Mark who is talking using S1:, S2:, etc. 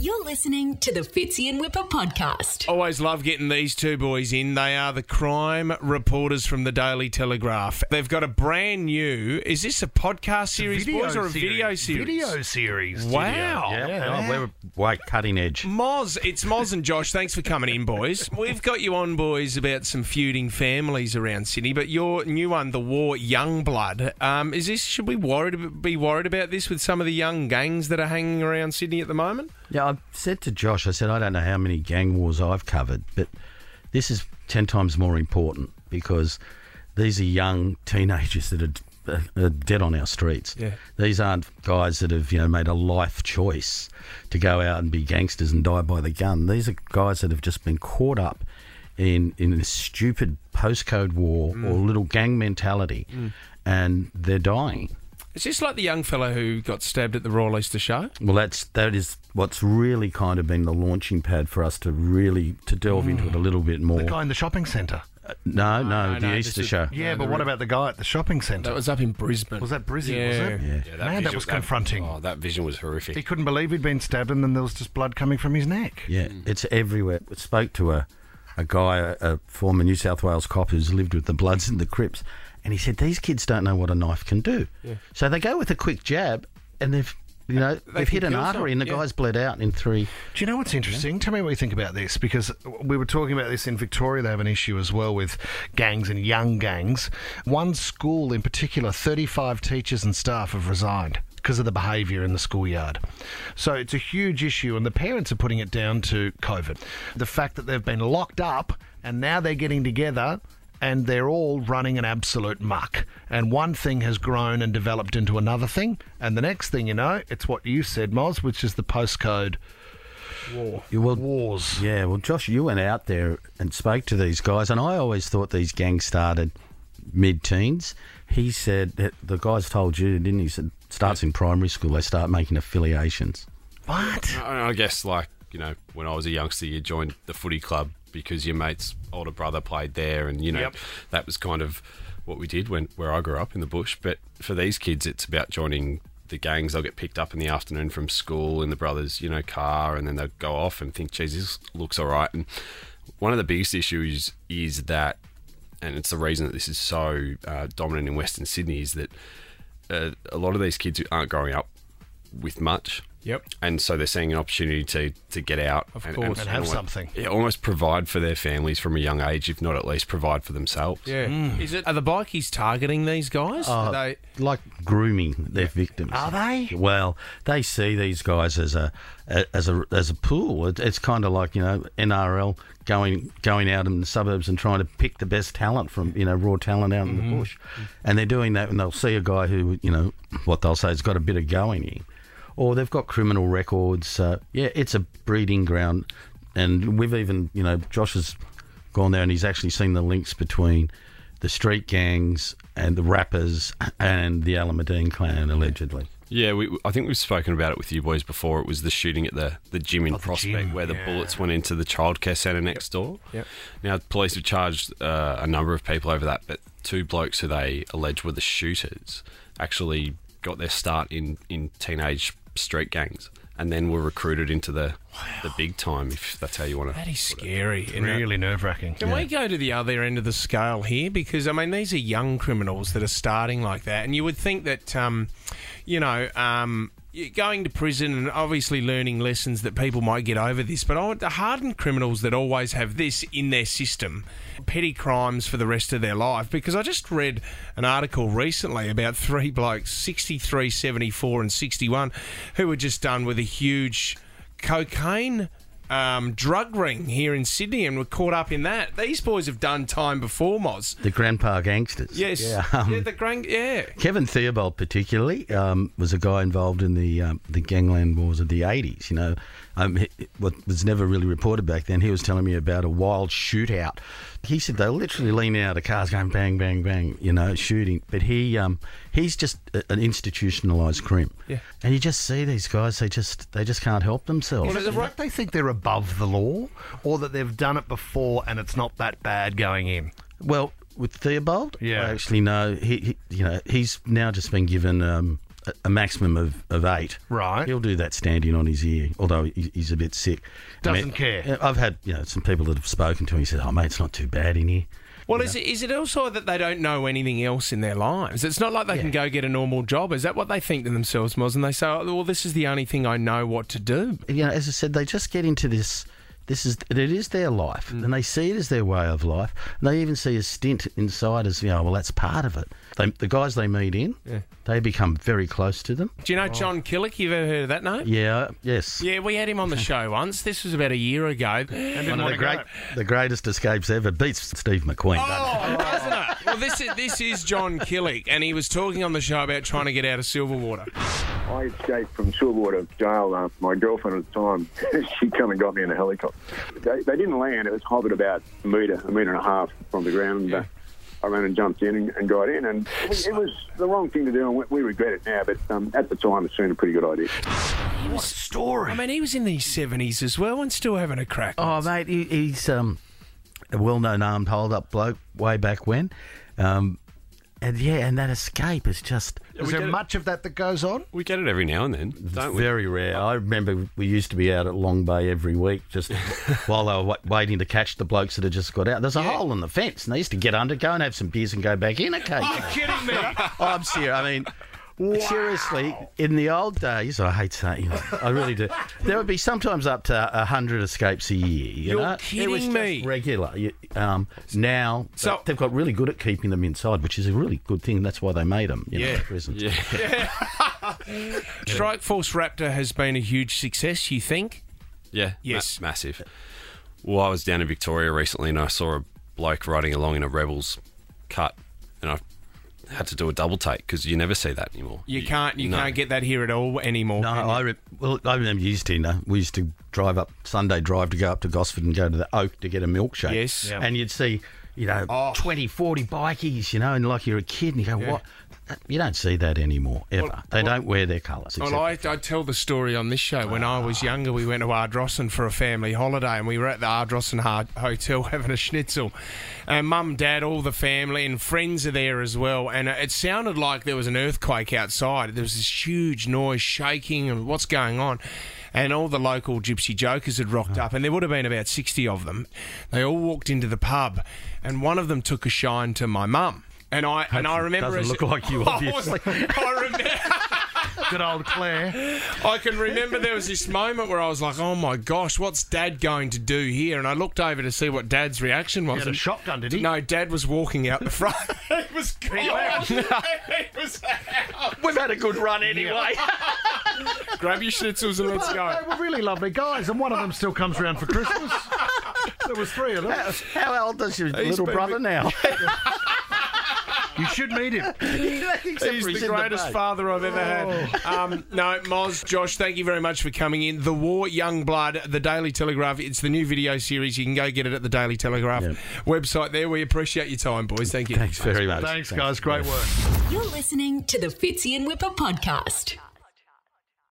S1: You're listening to the Fitzy and Whipper podcast.
S2: Always love getting these two boys in. They are the crime reporters from the Daily Telegraph. They've got a brand new. Is this a podcast series,
S3: Video
S2: boys, or a video series?
S3: Video series.
S2: Wow.
S3: studio.
S4: Yeah, Oh,
S3: Yeah.
S4: we're like cutting edge.
S2: Moz, it's Moz and Josh. Thanks for coming in, boys. We've got you on, boys, about some feuding families around Sydney, but your new one, the War Young Blood, um, is this? Should we worried be worried about this with some of the young gangs that are hanging around Sydney at the moment?
S4: Yeah, I said to Josh, I said, I don't know how many gang wars I've covered, but this is 10 times more important because these are young teenagers that are, uh, are dead on our streets.
S2: Yeah.
S4: These aren't guys that have, you know, made a life choice to go out and be gangsters and die by the gun. These are guys that have just been caught up in in this stupid postcode war or little gang mentality and they're dying.
S2: Is this like the young fellow who got stabbed at the Royal Easter Show?
S4: Well, that's that is what's really kind of been the launching pad for us to really to delve into
S2: Hmm.
S4: it a little bit more.
S3: The guy in the shopping centre.
S2: Oh,
S4: no, no,
S2: no,
S4: the
S2: no, this
S4: Easter
S2: is-
S4: show.
S3: Yeah, but what about the guy at the shopping centre?
S2: That
S3: Was,
S2: was up in Brisbane.
S3: that Brizzy,
S2: Yeah.
S3: was it?
S4: Yeah.
S5: Yeah,
S3: Man, that was confronting.
S5: Oh, that vision was
S3: He
S5: horrific.
S3: couldn't believe he'd been stabbed and then there was just blood coming from his neck.
S4: Yeah,
S2: Hmm.
S4: it's everywhere. We spoke to a, a guy, a, a former New South Wales cop who's lived with the Bloods and the Crips, and he said these kids don't know what a knife can do. So they go with a quick jab, and they've you know they've
S2: can
S4: hit an
S2: kill
S4: artery, and the
S2: someone, yeah.
S4: guy's bled out in three.
S3: Do you know what's interesting? Tell me what you think about this because we were talking about this in Victoria. They have an issue as well with gangs and young gangs. One school in particular, 35 teachers and staff have resigned because of the behaviour in the schoolyard. So it's a huge issue, and the parents are putting it down to COVID. The fact that they've been locked up and now they're getting together and they're all running an absolute muck. And one thing has grown and developed into another thing. And the next thing you know, it's what you said, Moz, which is the postcode
S4: You will
S3: wars.
S4: Yeah, well, Josh, you went out there and spoke to these guys, and I always thought these gangs started mid-teens. He said that the guys told you, didn't he? he said starts in primary school. They start making affiliations.
S3: What?
S5: I, I guess, like, you know, when I was a youngster, you joined the footy club because your mate's older brother played there, and, you know, that was kind of what we did when where I grew up in the bush. But for these kids, it's about joining the gangs. They'll get picked up in the afternoon from school in the brother's, you know, car, and then they'll go off and think, geez, this looks all right. And one of the biggest issues is that, and it's the reason that this is so uh, dominant in Western Sydney, is that uh, a lot of these kids who aren't growing up with much.
S2: Yep.
S5: And so they're seeing an opportunity to, to get out of and,
S2: course. And
S3: have
S5: almost-
S3: something.
S5: Yeah, almost provide for their families from a young age, if not at least provide for themselves.
S2: Yeah. Is it? Are the bikies targeting these guys?
S4: Oh,
S2: Are they?
S4: like grooming their victims.
S3: Are they?
S4: Well, they see these guys as a as a as a pool. It, it's kind of like you know NRL going going out in the suburbs and trying to pick the best talent from you know raw talent out in the bush, and they're doing that. And they'll see a guy who you know what they'll say has got a bit of going in, or they've got criminal records. So yeah, it's a breeding ground, and we've even you know Josh has gone there and he's actually seen the links between the street gangs and the rappers and the Alamein clan allegedly.
S5: Yeah, we, I think we've spoken about it with you boys before. It was the shooting at the, the gym
S2: Oh,
S5: in Prospect where the bullets went into the childcare centre next door.
S2: Yep.
S5: Now, police have charged uh, a number of people over that, but two blokes who they allege were the shooters actually got their start in, in teenage street gangs and then were recruited into the, the big time, if that's how you want to.
S2: That is scary. isn't it?
S3: Really nerve wracking.
S2: Can we go to the other end of the scale here? Because I mean, these are young criminals that are starting like that, and you would think that, um, you know, um, you're going to prison and obviously learning lessons that people might get over this. But I want the hardened criminals that always have this in their system, petty crimes for the rest of their life. Because I just read an article recently about three blokes, 63, 74, and 61, who were just done with a huge cocaine um, drug ring here in Sydney and were caught up in that. These boys have done time before, Moz.
S4: The grandpa gangsters.
S2: Yes.
S4: Yeah.
S2: Yeah,
S4: um,
S2: the grand. Yeah.
S4: Kevin Theobald, particularly, um, was a guy involved in the um, the gangland wars of the '80s. You know, um, he- what was never really reported back then. He was telling me about a wild shootout. He said they literally lean out of cars, going bang, bang, bang. You know, shooting. But he um, he's just a, an institutionalized crimp.
S2: Yeah.
S4: And you just see these guys; they just they just can't help themselves.
S3: Is it that they think they're above the law or that they've done it before and it's not that bad going in?
S4: Well, with Theobald,
S3: Yeah.
S4: I actually know he, he you know he's now just been given um, a- a maximum of, of eight.
S3: Right.
S4: He'll do that standing on his ear, although he- he's a bit sick.
S3: Doesn't care.
S4: I've had you know some people that have spoken to him. He says, "Oh mate, it's not too bad in here."
S2: Well, is it, is it also that they don't know anything else in their lives? It's not like they can go get a normal job. Is that what they think to themselves, Moz? And they say, oh, well, this is the only thing I know what to do.
S4: you know, as I said, they just get into this. This is it is their life,
S3: Mm.
S4: and they see it as their way of life. And they even see a stint inside as you know, well, that's part of it. They, the guys they meet in, they become very close to them.
S2: Do you know John Killick? You've ever heard of that name?
S4: Oh. Yeah, yes,
S2: Yeah, we had him on the show once. This was about a year ago.
S4: one of the great, the greatest escapes ever beats Steve McQueen. doesn't
S2: Oh,
S4: it?
S2: doesn't it? Well, this is this is John Killick, and he was talking on the show about trying to get out of Silverwater.
S6: I escaped from Silverwater jail. Uh, my girlfriend at the time, she come and got me in a helicopter. They, they didn't land. It was hovered about a metre, a metre and a half from the ground. And, uh, I ran and jumped in and, and got in. And it, it was the wrong thing to do, and we, we regret it now. But um, at the time, it seemed a pretty good idea.
S2: I mean, he was in his seventies as well, and still having a crack.
S4: Oh, mate, he, he's um, a well-known armed hold-up bloke way back when, um, and yeah, and that escape is just
S3: Is there much of that that goes on?
S5: We get it every now and then, don't we?
S4: Very rare. I remember we used to be out at Long Bay every week, just while they were wa- waiting to catch the blokes that had just got out. There's a hole in the fence, and they used to get under, go and have some beers, and go back in. Okay,
S2: kidding me?
S4: Oh, I'm serious. I mean. Seriously, in the old days, I hate saying, it, I really do. There would be sometimes up to hundred escapes a year. You
S2: You're
S4: know? it was
S2: kidding
S4: just
S2: me.
S4: Regular. You- Um, now,
S2: So-
S4: so, they've got really good at keeping them inside, which is a really good thing. That's why they made them. You
S2: Yeah.
S4: know, prisons.
S2: Strike Force Raptor has been a huge success. You think?
S5: Yeah. ma-
S2: Yes.
S5: massive. Well, I was down in Victoria recently and I saw a bloke riding along in a Rebels cut and I had to do a double take because you never see that anymore.
S2: You can't. You
S5: no.
S2: can't get that here at all anymore.
S4: No,
S2: can you?
S4: I re- well, I remember you used to. You know, we used to drive up Sunday drive to go up to Gosford and go to the Oak to get a milkshake.
S2: Yes. Oh. Yeah.
S4: and you'd see, you know, twenty, forty 20, 40 bikies, you know, and like you're a kid, and you go, what? You don't see that anymore, ever. they don't wear their colours.
S2: Well,
S4: except-
S2: I, I tell the story on this show. When I
S4: Ah.
S2: was younger, we went to Ardrossan for a family holiday, and we were at the Ardrossan ha- Hotel having a schnitzel. And mum, dad, all the family and friends are there as well. And it sounded like there was an earthquake outside. There was this huge noise, shaking, and what's going on? And all the local gypsy jokers had rocked
S4: Ah.
S2: up, and there would have been about 60 of them. They all walked into the pub, and one of them took a shine to my mum. And I and I remember
S4: doesn't look like you,
S2: I was-
S4: obviously.
S2: I remember.
S3: Good old Claire.
S2: I can remember there was this moment where I was like, "Oh my gosh, what's Dad going to do here?" And I looked over to see what Dad's reaction was.
S3: had a
S2: and-
S3: shotgun, did he?
S2: No, Dad was walking out the front. he was gone. he was out.
S4: We've had a good run anyway.
S2: Grab your schnitzels and let's
S3: They
S2: go.
S3: were really lovely guys, and one of them still comes round for Christmas. there was three of them.
S4: How old is your little
S2: been
S4: brother
S2: with-
S4: now?
S3: You should meet him.
S4: Except
S2: He's
S4: for
S2: the
S4: in
S2: greatest
S4: bay.
S2: father I've ever had. Um, no, Moz, Josh, thank you very much for coming in. The War, Young Blood, The Daily Telegraph. It's the new video series. You can go get it at the Daily Telegraph
S4: Yeah.
S2: website there. We appreciate your time, boys. Thank you.
S4: Thanks very much.
S3: Thanks, guys. Great work.
S1: You're listening to the Fitzy and Whipper podcast.